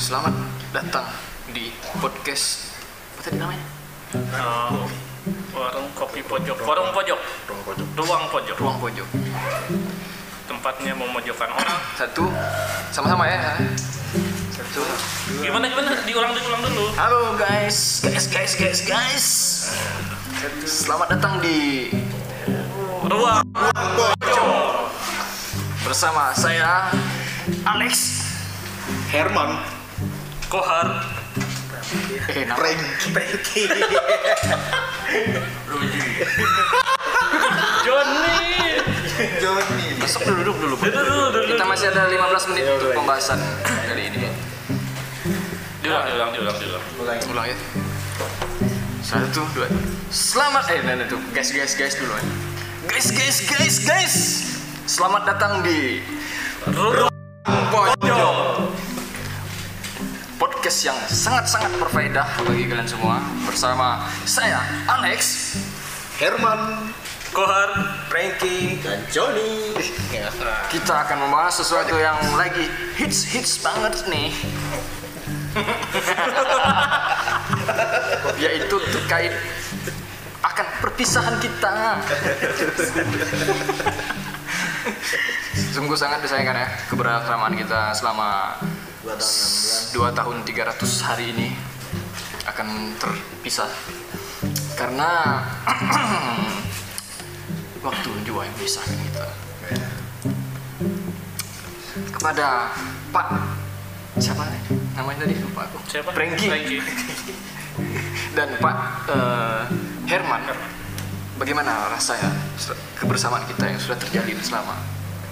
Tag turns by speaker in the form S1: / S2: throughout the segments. S1: Selamat datang di podcast apa tadi namanya?
S2: Eh, warung kopi pojok, warung pojok,
S1: Ruang pojok.
S2: ruang pojok,
S1: Ruang pojok.
S2: tempatnya memojokkan orang.
S1: Satu sama-sama ya. Satu.
S2: Gimana gimana? Diulang diulang dulu.
S1: Halo guys, guys, guys, guys, guys. Selamat datang di
S2: Ruang.
S1: bersama saya Alex.
S3: Herman
S2: Kohar.
S1: Eh, nama-
S3: Franky
S2: Johnny.
S3: Johnny
S1: Masuk dulu, duduk Ya, dulu.
S2: Dulu dulu dulu.
S1: Kita masih ada 15 menit untuk pembahasan kali ini.
S2: Diulang diulang diulang diulang.
S1: Ulang ya. Satu, dua. Selamat eh nanti tuh. Guys, guys, guys dulu. ya. Guys, guys, guys, guys. Selamat datang di
S2: Ruang pojok.
S1: podcast yang sangat-sangat berfaedah bagi kalian semua bersama saya Alex
S3: Herman
S2: Kohar.
S3: Franky dan Johnny
S1: kita akan membahas sesuatu yang lagi hits hits banget nih yaitu terkait akan perpisahan kita sungguh sangat disayangkan ya kebersamaan kita selama
S3: Dua tahun, enam
S1: 2
S3: bulan.
S1: tahun 300 hari ini akan terpisah karena waktu juga yang memisahkan kita kepada Pak siapa namanya tadi lupa aku
S2: Siapa?
S1: Franky
S2: Franky.
S1: dan Pak eh, Herman bagaimana rasanya se- kebersamaan kita yang sudah terjalin selama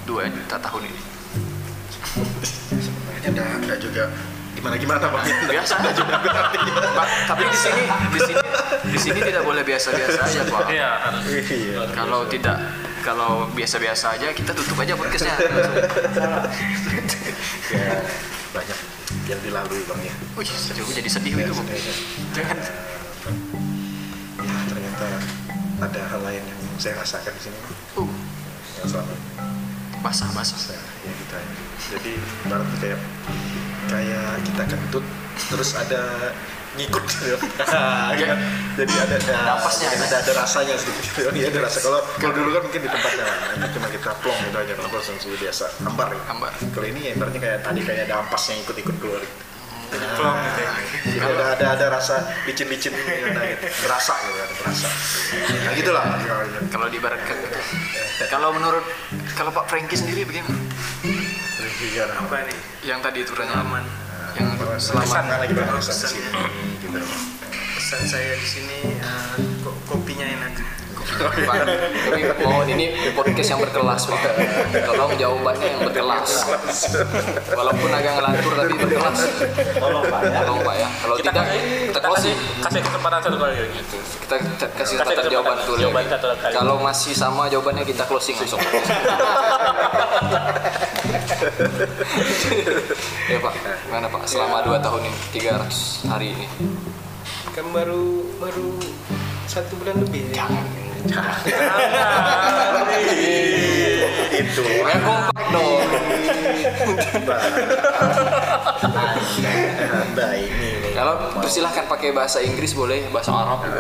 S1: 2 juta tahun ini
S3: sebenarnya ada ada juga gimana gimana pak
S1: biasa aja Pak, tapi di sini di sini di sini tidak boleh biasa-biasa aja Pak
S2: Iya harus.
S3: iya
S1: kalau tidak kalau biasa-biasa aja kita tutup aja podcastnya
S3: Ya, banyak yang dilalui bang ya Iya,
S1: Wih, jauh jadi sedih itu Bang. jangan
S3: Ya, ternyata ada hal lain yang saya rasakan di sini
S1: uh,
S3: yang selama ini
S1: basah basah
S3: saya ya gitu aja jadi ibaratnya kayak kayak kita kentut terus ada ngikut gitu
S1: Ya.
S3: kan jadi ada ada
S1: Napasnya
S2: ya.
S3: ada,
S1: ada.
S3: ada, ada rasanya sedikit gitu ya ada rasa kalau kalau dulu kan mungkin di tempatnya cuma kita plong gitu aja kalau langsung sudah biasa hambar gitu.
S1: Hambar.
S3: kalau ini ya ibaratnya kayak tadi kayak ada ampas yang ikut-ikut keluar gitu.
S2: Plong gitu ya.
S3: Jadi ada ada ada rasa licin-licin gitu, ada gitu. berasa gitu ada berasa ya gitulah
S2: Iya,
S1: kalau diibaratkan gitu. kalau menurut kalau Pak Franky sendiri bagaimana
S3: apa
S4: nih
S1: yang tadi itu pertanyaan yang selama
S3: lagi berasa di sini gitu
S4: pesan saya di sini eh, ko- kopinya enak
S1: Pak, ini mohon ini podcast yang berkelas Pak tolong jawabannya yang berkelas walaupun agak ngelantur tapi berkelas
S3: Tolong, Pak, ya.
S1: tolong Pak ya kalau
S2: Kita
S1: tidak
S2: kasih
S1: kita
S2: kita
S1: closing
S2: kasih kasih kesempatan satu kali lagi gitu.
S1: kita kita kasih
S2: Kasih
S1: tata
S2: kesempatan.
S1: jawaban dulu
S2: Jawaban
S1: lagi.
S2: satu kali.
S1: kalau masih sama jawabannya kita closing langsung ya pak gimana pak
S2: Ya.
S1: selama 2 tahun ini 300 hari ini
S4: kan baru baru satu bulan lebih ya
S3: itu
S1: ya kompak dong
S3: Anda ini nih.
S1: kalau persilahkan pakai bahasa Inggris boleh bahasa Arab gitu.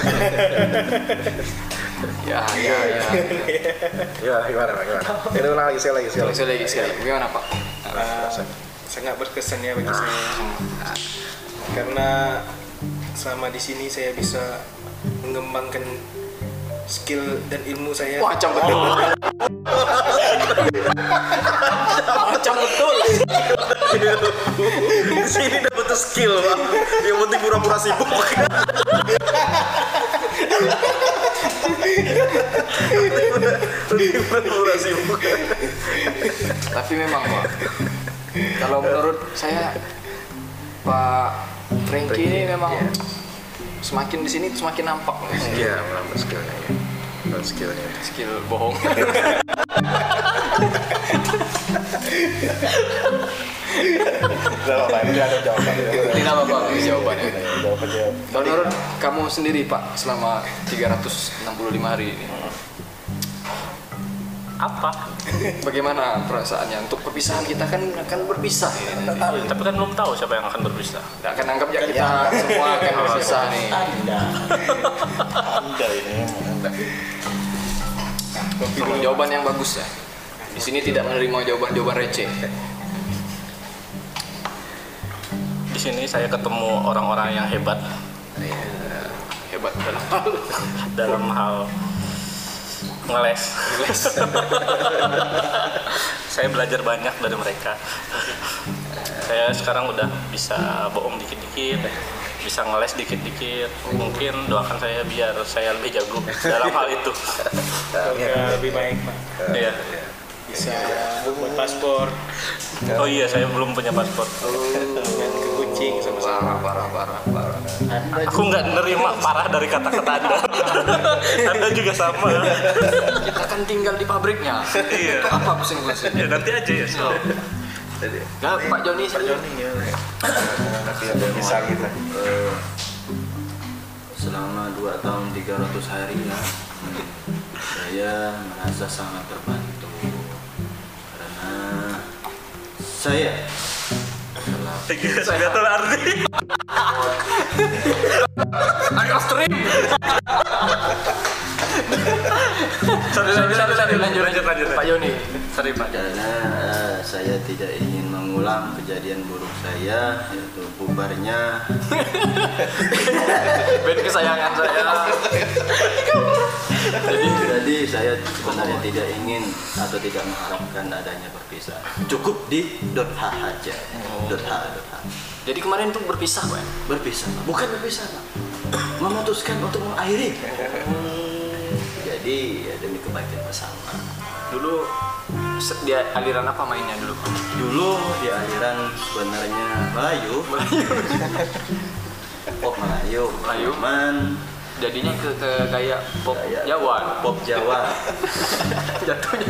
S1: ya ya ya
S3: Gimana, Ya, gimana, gimana? Ini ulang lagi, sekali lagi, sekali lagi.
S1: sekali lagi sekali gimana pak
S4: Eh, sangat berkesan ya bagi saya karena selama di sini saya bisa mengembangkan skill dan ilmu saya
S1: macam betul macam betul
S3: Di sini dapat skill, Bang. Yang penting pura-pura sibuk. Yang penting pura-pura sibuk.
S1: Tapi memang Pak, kalau menurut saya Pak Franky ini memang
S3: iya.
S1: semakin di sini semakin nampak loh,
S3: Iya, menambah skillnya ya. Menambah skillnya.
S1: skill bohong.
S3: Udah lah, ini ada jawaban.
S1: Ini apa Pak jawabannya?
S3: Jawabannya.
S1: Kalau menurut kamu sendiri Pak selama 365 hari ini
S2: apa?
S1: Bagaimana perasaannya untuk perpisahan kita kan akan berpisah ya. nanti.
S2: Tapi kan belum tahu siapa yang akan berpisah.
S1: Nggak akan anggap ya kita semua akan berpisah nih.
S5: Anda. Anda ini.
S1: Perlu jawaban yang bagus ya. Di sini tidak menerima jawaban-jawaban receh.
S2: Di sini saya ketemu orang-orang yang hebat
S1: Hebat dalam hal
S2: dalam hal ngeles. saya belajar banyak dari mereka. saya sekarang udah bisa bohong dikit-dikit, bisa ngeles dikit-dikit. Mungkin doakan saya biar saya lebih jago dalam hal itu.
S4: Keluarga lebih baik Pak.
S2: Iya.
S4: Bisa buat paspor,
S2: Oh iya, saya belum punya paspor.
S4: main ke kucing sama sama.
S1: parah parah parah parah.
S5: Anda
S2: Aku nggak nerima parah dari kata-kata Anda. anda juga sama.
S1: Kita kan tinggal di pabriknya.
S2: Iya.
S1: Apa pusing-pusing?
S2: Ya nanti aja ya. Sol.
S3: Tadi
S1: Nggak, Pak Joni
S3: Pak Joni ya. Tapi ada bisa gitu. kita.
S5: eh, selama 2 tahun 300 hari ya saya merasa sangat terbantu karena saya telah
S2: Iya, Saya tahu arti.
S1: Ayo stream.
S2: Sorry, sorry, sorry, sorry. Lanjut, lanjut, lanjut.
S1: Pak Joni.
S2: Sorry, Pak.
S5: karena eh, saya tidak ingin mengulang kejadian buruk saya yaitu bubarnya
S1: Band kesayangan saya.
S5: jadi, jadi saya sebenarnya tidak ingin atau tidak mengharapkan adanya perpisahan cukup di dot h aja dot h dot h
S1: Jadi kemarin tuh berpisah, Pak.
S5: berpisah Pak. bukan berpisah Pak. memutuskan untuk mengakhiri jadi ya demi kebaikan bersama
S1: Dulu se- dia aliran apa mainnya dulu? Pak?
S5: dulu di aliran sebenarnya Melayu Melayu pop Melayu
S1: Melayu.
S5: cuman
S1: Jadinya ke, ke kayak pop
S5: kayak
S1: Jawa.
S5: pop Jawa
S1: Jatuhnya.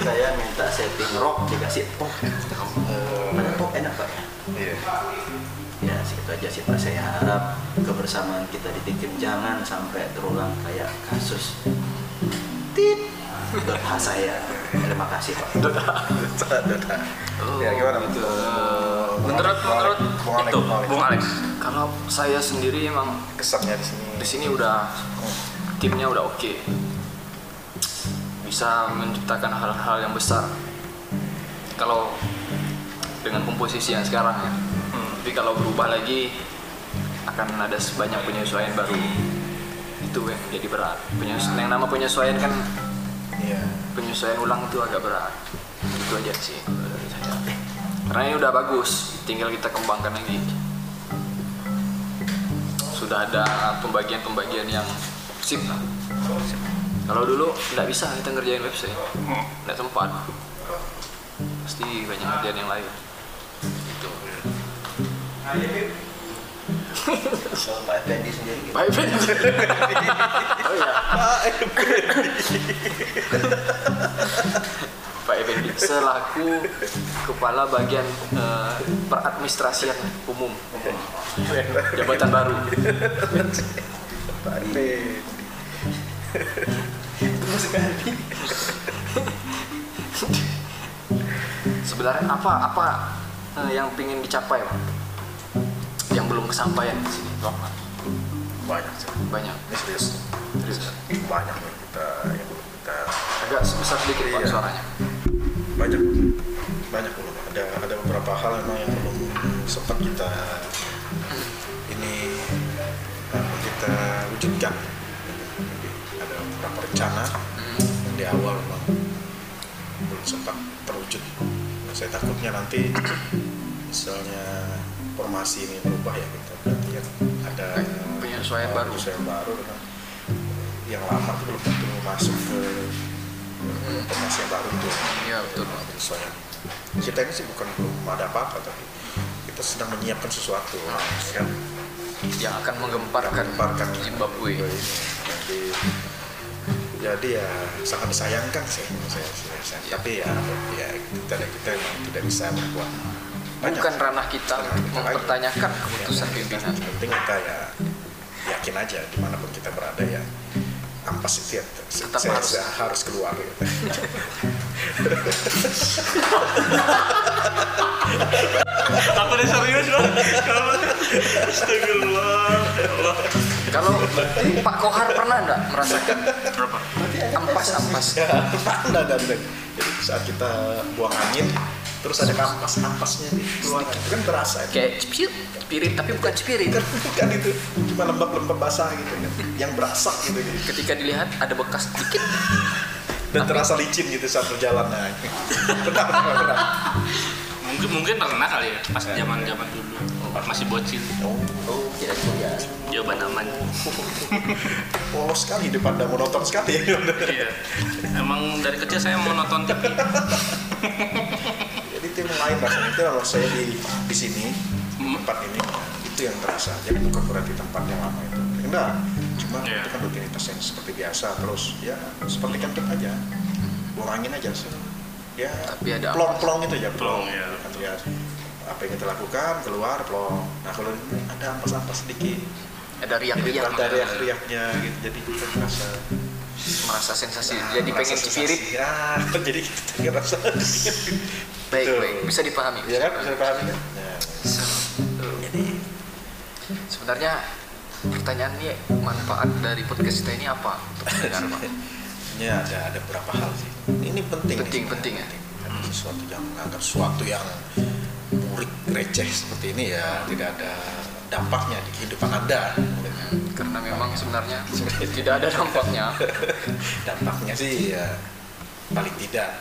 S5: saya minta setting rock dikasih pop ada pop enak Pak
S3: Iya.
S5: ya segitu aja sih Pak saya harap kebersamaan kita di Tikim jangan sampai terulang kayak kasus tit dot H saya terima kasih Pak
S3: Dota, Dota. Ya gimana betul?
S1: Menurut menurut
S2: Itu, Bung Alex.
S1: kalau saya sendiri emang
S3: kesannya di sini.
S1: di sini udah timnya udah oke. Bisa menciptakan hal-hal yang besar. Kalau dengan komposisi yang sekarang ya. Tapi kalau berubah lagi akan ada banyak penyesuaian baru. Itu yang jadi berat. Penyes- yang nama penyesuaian kan
S3: Iya.
S1: penyesuaian ulang itu agak berat itu aja sih kalau dari saya karena ini udah bagus tinggal kita kembangkan lagi sudah ada pembagian-pembagian yang sip lah kalau dulu nggak bisa kita ngerjain website nggak sempat pasti banyak kerjaan yang lain gitu
S5: kalau Pak Effendi sendiri gimana?
S1: bye Ben oh iya Pak Effendi selaku kepala bagian eh, peradministrasian umum jabatan baru
S3: Pak Ade.
S1: sebenarnya apa apa eh, yang ingin dicapai Pak? yang belum kesampaian di sini Pak?
S3: Banyak sih.
S1: banyak
S3: Ini serius.
S1: Serius.
S3: Banyak yang kita yang belum kita
S1: agak sebesar sedikit Pak
S3: Iya.
S1: suaranya
S3: banyak banyak belum ada ada beberapa hal memang yang belum sempat kita ini apa, kita wujudkan Jadi, ada beberapa rencana yang di awal memang belum sempat terwujud Nah, saya takutnya nanti misalnya formasi ini berubah ya kita berarti kan ada
S1: Penyesuaian baru.
S3: penyesuaian baru dengan yang lama itu belum tentu masuk ke ke formasi yang baru itu
S1: iya betul Pak.
S3: soalnya kita ini sih bukan belum ada apa-apa tapi kita sedang menyiapkan sesuatu kan
S1: yang Ah, akan menggemparkan
S3: Menggemparkan.
S1: Zimbabwe
S3: Jadi, jadi ya sangat disayangkan sih menurut saya, saya, saya.
S1: Iya.
S3: tapi ya ya kita kita memang tidak bisa berbuat banyak.
S1: bukan ranah kita untuk
S3: Ranah kita lain.
S1: mempertanyakan
S3: Ya,
S1: keputusan
S3: yang
S1: pimpinan
S3: penting kita ya yakin aja dimanapun kita berada ya ampas itu ya saya,
S1: Tetap
S3: saya-
S1: harus.
S3: saya harus keluar gitu.
S2: Aku udah serius loh. Kamu astagfirullah. Allah.
S1: Kalau Pak Kohar pernah nggak merasakan
S2: Berapa?
S1: ampas-ampas?
S3: ya anda dan jadi saat kita buang angin terus ada ampas ampasnya di keluar itu kan berasa itu
S1: Kayak cipir, spirit tapi bukan spirit.
S3: kan bukan itu cuma lembab-lembab basah gitu kan yang berasa gitu, gitu.
S1: Ketika dilihat ada bekas sedikit.
S3: dan terasa licin gitu saat berjalan nah ini. benar benar benar
S2: Mungkin mungkin pernah kali ya pas zaman-zaman dulu masih bocil.
S3: oh, oh.
S5: kira-kira
S2: Jawaban aman.
S3: polos sekali hidup anda monoton sekali ya
S2: Iya. Emang dari kecil saya mau nonton TV.
S3: jadi tim lain rasanya itu kalau saya di di sini
S2: Hmm.
S3: tempat ini itu yang terasa jadi bukan berarti tempat yang lama itu enggak cuma
S2: Iya.
S3: itu kan rutinitas yang seperti biasa terus ya seperti kentut aja buang angin aja sih ya
S1: Tapi ada
S3: plong plong itu aja
S2: Plong,
S3: plong,
S2: iya.
S3: Kan lihat apa yang kita lakukan keluar plong nah kalau ini ada ampas-ampas sedikit
S1: Ada
S3: jadi
S1: riak-riak.
S3: ada riak-riaknya gitu jadi kita merasa
S1: Merasa sensasi. Jadi
S3: Nah, merasa
S1: pengen
S3: sensasi.
S1: spirit. Iya
S3: ya jadi kita ngerasa
S1: Baik,
S3: Betul.
S1: baik. Bisa dipahami.
S3: ya kan bisa dipahami kan Nah,
S1: Jadi sebenarnya pertanyaan ini manfaat dari podcast kita ini apa untuk pendengar Pak?
S3: Ya ada ada beberapa hal sih. Ini penting.
S1: Penting,
S3: nih.
S1: penting ya?
S3: Ada sesuatu yang agar sesuatu yang murik receh seperti ini ya tidak ada dampaknya di kehidupan anda.
S1: Karena memang sebenarnya tidak ada dampaknya
S3: Dampaknya sih ya paling tidak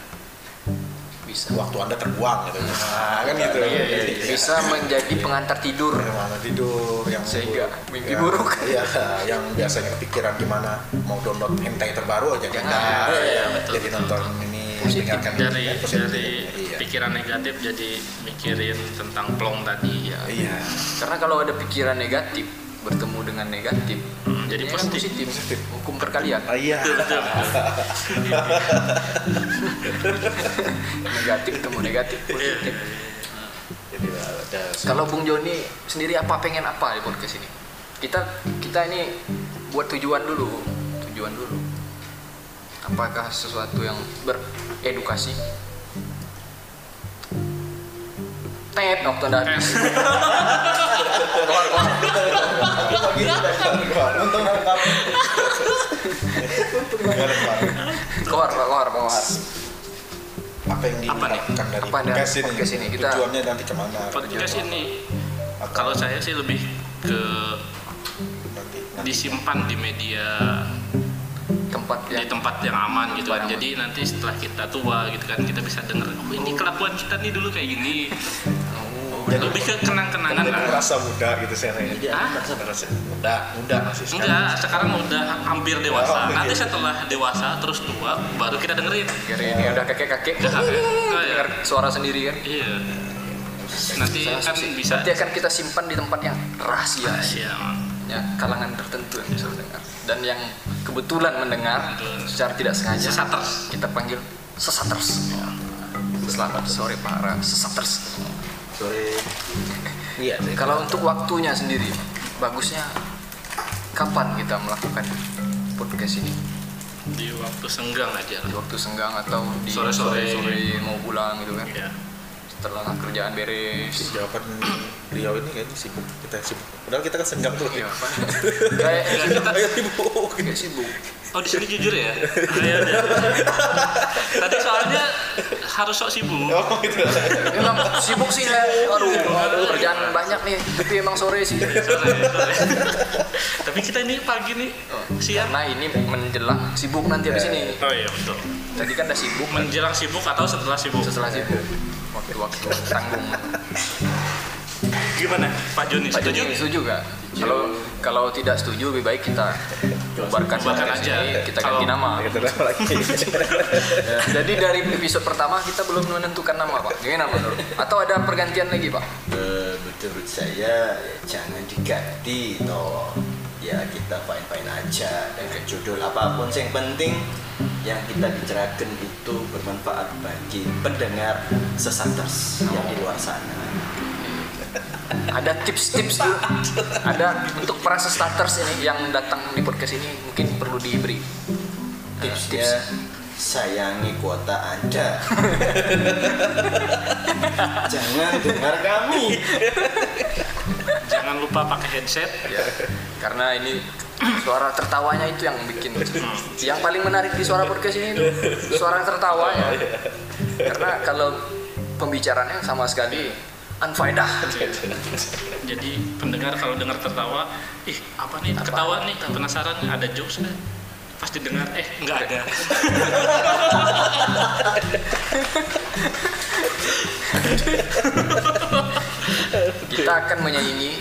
S1: bisa
S3: waktu anda terbuang gitu. Nah, kan gitu.
S1: Iya, iya, iya. bisa menjadi pengantar tidur
S3: yang mana tidur yang
S1: Sehingga
S3: buruk.
S1: mimpi
S3: Ya,
S1: buruk.
S3: iya yang biasanya kepikiran gimana mau download hentai terbaru aja
S1: Jangan.
S3: Nah,
S2: Iya, iya, betul,
S3: jadi
S2: betul.
S3: nonton ini
S1: Positif.
S3: dengarkan
S2: Dari
S3: ini, positif.
S2: dari
S3: iya.
S2: pikiran negatif jadi mikirin tentang plong tadi ya.
S3: Iya,
S1: karena kalau ada pikiran negatif bertemu dengan negatif
S2: Hmm, jadi
S1: jadinya kan
S2: positif.
S1: positif hukum perkalian
S3: Ah, iya.
S2: Betul, betul.
S1: negatif ketemu negatif positif
S3: Jadi ada
S1: kalau Bung Joni sendiri apa pengen apa di podcast ini kita kita ini buat tujuan dulu tujuan dulu apakah sesuatu yang beredukasi Tet waktu anda habis.
S3: Untung ada kamu. Nggak ada kamu.
S1: keluar keluar keluar
S3: Apa yang
S2: Apa nih?
S3: diharapkan dari
S1: Apa dari
S3: podcast ini?
S1: podcast ini? Kita-
S3: Tujuannya nanti kemana?
S2: Podcast ini
S3: Atau
S2: kalau saya sih lebih ke
S3: nanti, nanti
S2: disimpan di media
S1: tempat
S2: di
S1: yang
S2: tempat yang aman gitu kan
S1: Aman.
S2: jadi nanti setelah kita tua gitu kan kita bisa denger oh ini kelakuan kita nih dulu kayak gini
S3: Jadi-
S2: lebih ke kenang-kenangan
S3: Jadi
S2: lah
S3: merasa muda gitu saya ya.
S5: tidak
S2: Ah.
S5: merasa
S3: Merasa muda, muda masih sekarang.
S2: enggak sekarang udah hampir
S3: Oh,
S2: dewasa
S3: iya.
S2: nanti setelah dewasa terus tua baru kita dengerin
S1: Kira ini udah kakek-kakek
S2: Oh, iya.
S1: dengar suara sendiri kan
S2: iya nanti kan bisa
S1: nanti akan kita simpan di tempat yang rahasia
S2: Iya,
S1: ya, kalangan tertentu yang bisa mendengar dan yang kebetulan mendengar
S2: Betul.
S1: secara tidak sengaja
S2: Sesaters. Ya.
S1: kita panggil sesaters selamat sore para sesaters
S5: sore
S3: Iya.
S1: kalau untuk waktunya sendiri bagusnya kapan kita melakukan podcast ini
S2: di waktu senggang aja
S1: di
S2: lah
S1: waktu senggang atau di
S2: Sore-sore.
S1: sore-sore mau pulang gitu kan
S2: Iya.
S1: setelah kerjaan beres
S3: Jawaban beliau ini kayaknya sibuk. Kita sibuk. Padahal kita kan senggang tuh.
S1: Iya, apa? kayak
S2: Ya, kita-
S3: Ayo sibuk.
S1: kayak sibuk
S2: Oh di sini jujur ya? Iya, iya. Tadi soalnya harus sok sibuk.
S3: Oh gitu.
S1: Emang sibuk sih saya. Aduh, kerjaan banyak nih. Tapi emang sore sih.
S2: Sorry, sorry. Tapi kita ini pagi nih siang.
S1: Karena Nah, ini menjelang sibuk nanti habis ini.
S2: Oh iya betul.
S1: Tadi kan udah sibuk,
S2: Menjelang sibuk atau setelah sibuk?
S1: setelah sibuk waktu-waktu tanggung.
S2: Gimana? Pak Joni
S1: Pak Joni
S2: setuju?
S1: setuju nggak? Kalau kalau tidak setuju lebih baik kita bubarkan
S2: Bubarkan
S1: podcast
S2: aja.
S1: ini, kita
S2: Kalau-
S1: ganti nama.
S3: Gitu lah lagi.
S1: Jadi dari episode pertama kita belum menentukan nama, Pak. Gimana menurut? Atau ada pergantian lagi, Pak?
S5: Eh, menurut saya ya jangan diganti toh ya kita fine fine aja dengan judul apapun sih yang penting yang kita bicarakan itu bermanfaat bagi pendengar sesaters yang di luar sana
S1: ada tips-tips dulu. ada untuk para starters ini yang datang di podcast ini mungkin perlu diberi
S5: Ya,
S1: tips-tips
S5: sayangi kuota Anda. Jangan dengar kan? kami.
S2: Jangan lupa pakai headset.
S1: ya karena ini suara tertawanya itu yang bikin yang paling menarik di suara podcast ini itu suara tertawanya karena kalau pembicaraannya sama sekali unfaedah
S2: Jadi pendengar kalau dengar tertawa, ih apa nih ketawa nih penasaran ada jokes nggak? Pasti dengar eh nggak ada.
S1: kita akan menyanyi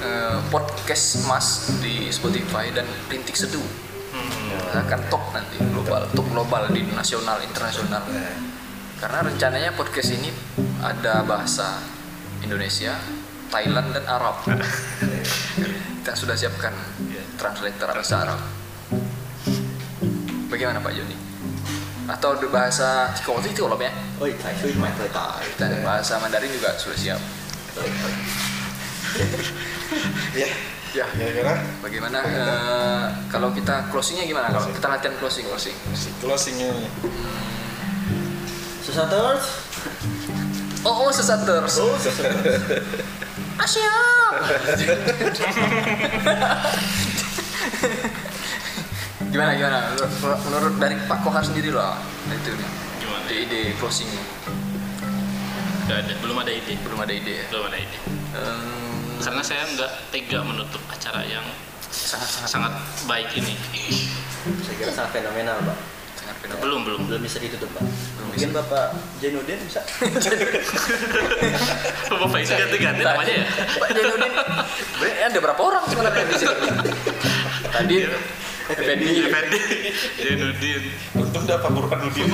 S1: eh, podcast Mas di Spotify dan Rintik Seduh Kita akan top nanti global top global di nasional internasional karena rencananya podcast ini ada bahasa Indonesia Thailand dan Arab kita sudah siapkan translator bahasa Arab bagaimana Pak Joni atau di bahasa Korea itu loh ya
S5: Oi, tai chui mai tai tai.
S1: dan bahasa Mandarin juga sudah siap
S3: ya
S1: ya
S3: kira-kira
S1: Bagaimana eh, kalau kita closingnya gimana kalau kita latihan closing closing?
S3: si closingnya
S5: Susah terus.
S1: Oh, oh sesat terus.
S5: Oh, susah terus.
S1: Gimana gimana? Menurut, menurut dari Pak Kohar sendiri loh itu nih.
S2: Gimana?
S1: Ide ide closingnya
S2: Nggak ada, belum ada ide.
S1: belum ada ide ya.
S2: Belum ada ide.
S3: Hmm.
S1: Em,
S2: Karena saya nggak tega menutup acara yang
S1: sangat sangat
S2: sangat baik ini.
S5: Saya kira sangat fenomenal, Pak.
S1: sangat fenomenal.
S2: Belum belum.
S5: Belum bisa ditutup, Pak. Mungkin Bapak Jainuddin bisa.
S2: Bapak itu ganti-ganti namanya ya.
S1: Pak Jainuddin, sebenarnya ada berapa orang sebenarnya di sini? Tadi
S2: Iya.
S1: Effendi,
S2: Effendi, Zainuddin,
S3: untung dapat Burhan Udin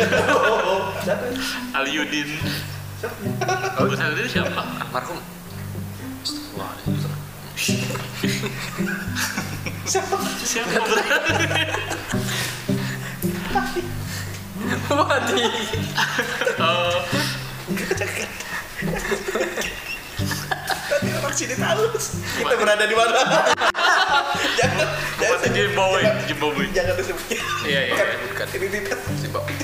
S2: Aliudin. Agus Aliudin siapa?
S1: marhum. Astagfirullahaladzim.
S2: Siapa berarti?
S1: Mati.
S2: Oh,
S3: orang sini tahu kita berada di mana jangan
S2: Bupati Jimbawe, Jimbawe.
S3: jangan disebutnya
S2: Iya iya. iya.
S1: Bukan.
S3: ini tidak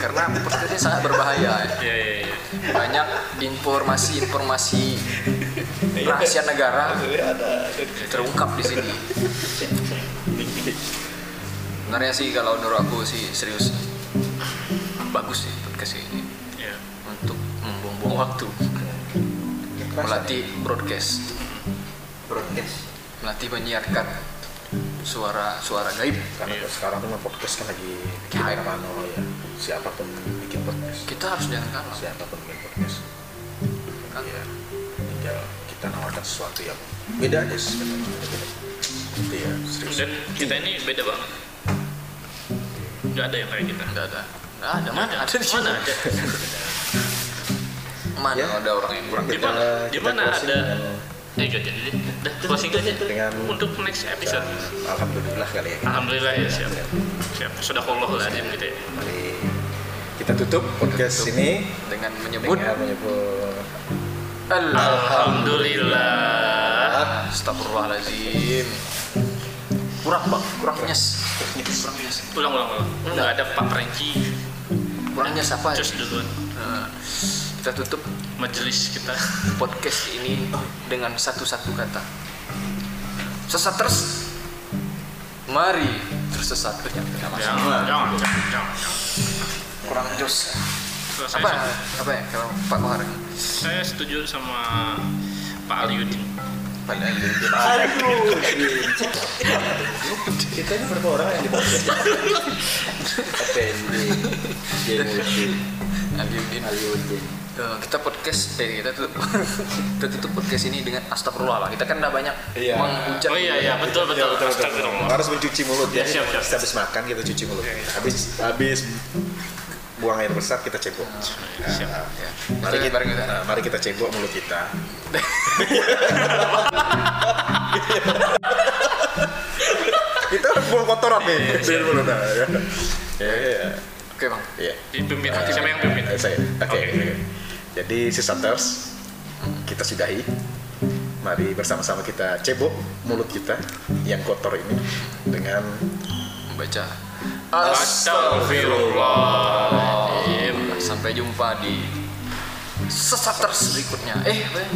S1: Karena podcastnya sangat berbahaya ya.
S2: Iya iya. iya.
S1: banyak informasi-informasi
S2: Iya.
S1: rahasia negara
S3: jadi ada
S1: terungkap di sini. Sebenarnya sih kalau menurut aku sih serius bagus sih podcast ini
S2: Iya.
S1: untuk membuang-buang waktu, melatih broadcast,
S5: Broadcast.
S1: melatih menyiarkan suara-suara gaib.
S3: karena sekarang tuh podcast kan lagi kayak mana ya siapapun bikin podcast
S1: Kita harus jangan kalah.
S3: siapapun bikin podcast
S1: Kan?
S3: ya tinggal kita nawarkan sesuatu yang beda aja sih Tapi ya serius
S2: Dan kita ini beda banget. Gak ada yang kayak kita.
S1: Nggak ada. Nggak ada. Mana ada di
S2: Mana
S1: mana?
S2: ada?
S1: Mana ada orang yang kurang
S2: Di mana? Di
S3: kita
S2: mana
S3: closing
S2: ada?
S3: dengan-
S2: Eh gak jadi deh. Dah closing aja
S3: Dengan-
S2: untuk next episode.
S3: alhamdulillah kali ya
S2: Alhamdulillah ya siap. Siap. Sudah kolloh lah dia gitu ya.
S3: Mari kita tutup podcast ini
S1: dengan menyebut
S3: dengan menyebut
S2: Alhamdulillah.
S1: Astagfirullahaladzim. Kurang bang, kurang nyes. Kurang nyes.
S2: Ulang ulang ulang. Enggak ada Pak Franky.
S1: Kurang nyes apa ya?
S2: Cus duluan.
S1: Nah, kita tutup
S2: Majelis kita.
S1: podcast ini dengan satu-satu kata. Sesat terus. Mari tersesat.
S2: Jangan, jangan, jangan, jangan.
S1: Kurang jos.
S2: Kalau saya,
S1: Apa? Apa ya? Kalau Pak Kohar.
S2: saya setuju sama Pak Aliudin.
S5: Aduh. Kita ini berapa orang yang di podcast? Effendi, Jainuddin,
S1: Aliudin.
S5: Aliuddin.
S1: Eh, kita podcast eh, kita tutup kita tutup podcast ini dengan astagfirullah lah kita kan udah banyak
S3: Iya.
S1: mengucap
S2: Oh iya iya betul betul.
S3: Betul, betul, betul.
S2: Astagfirullah.
S3: Harus mencuci mulut
S2: Ya,
S3: ya.
S2: siap, Iya, siap.
S3: Habis makan kita cuci mulut. Habis habis buang air besar kita cebok.
S2: Iya,
S3: Ah,
S2: Siap.
S1: Ya.
S3: Mari kita,
S1: bareng kita.
S3: nah, mari kita cebok mulut kita. kita harus buang kotoran nih.
S2: Iya,
S3: Dari mulut. Nah, ya. Ya, ya,
S1: oke bang
S3: ya.
S2: Dipimpin. Siapa yang pimpin?
S3: Eh, Saya. Oke.
S2: Oke.
S3: oke. Jadi si Shutters, kita sudahi. mari bersama-sama kita cebok mulut kita yang kotor ini dengan
S1: Baca.
S2: Astagfirullahaladzim.
S1: Sampai jumpa di sesat terus berikutnya. Eh, apa ya?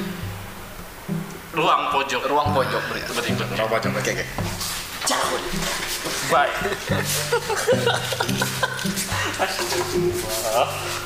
S2: Ruang pojok
S1: ruang pojok berikut.
S2: berikutnya.
S3: coba coba kayak
S2: Bye.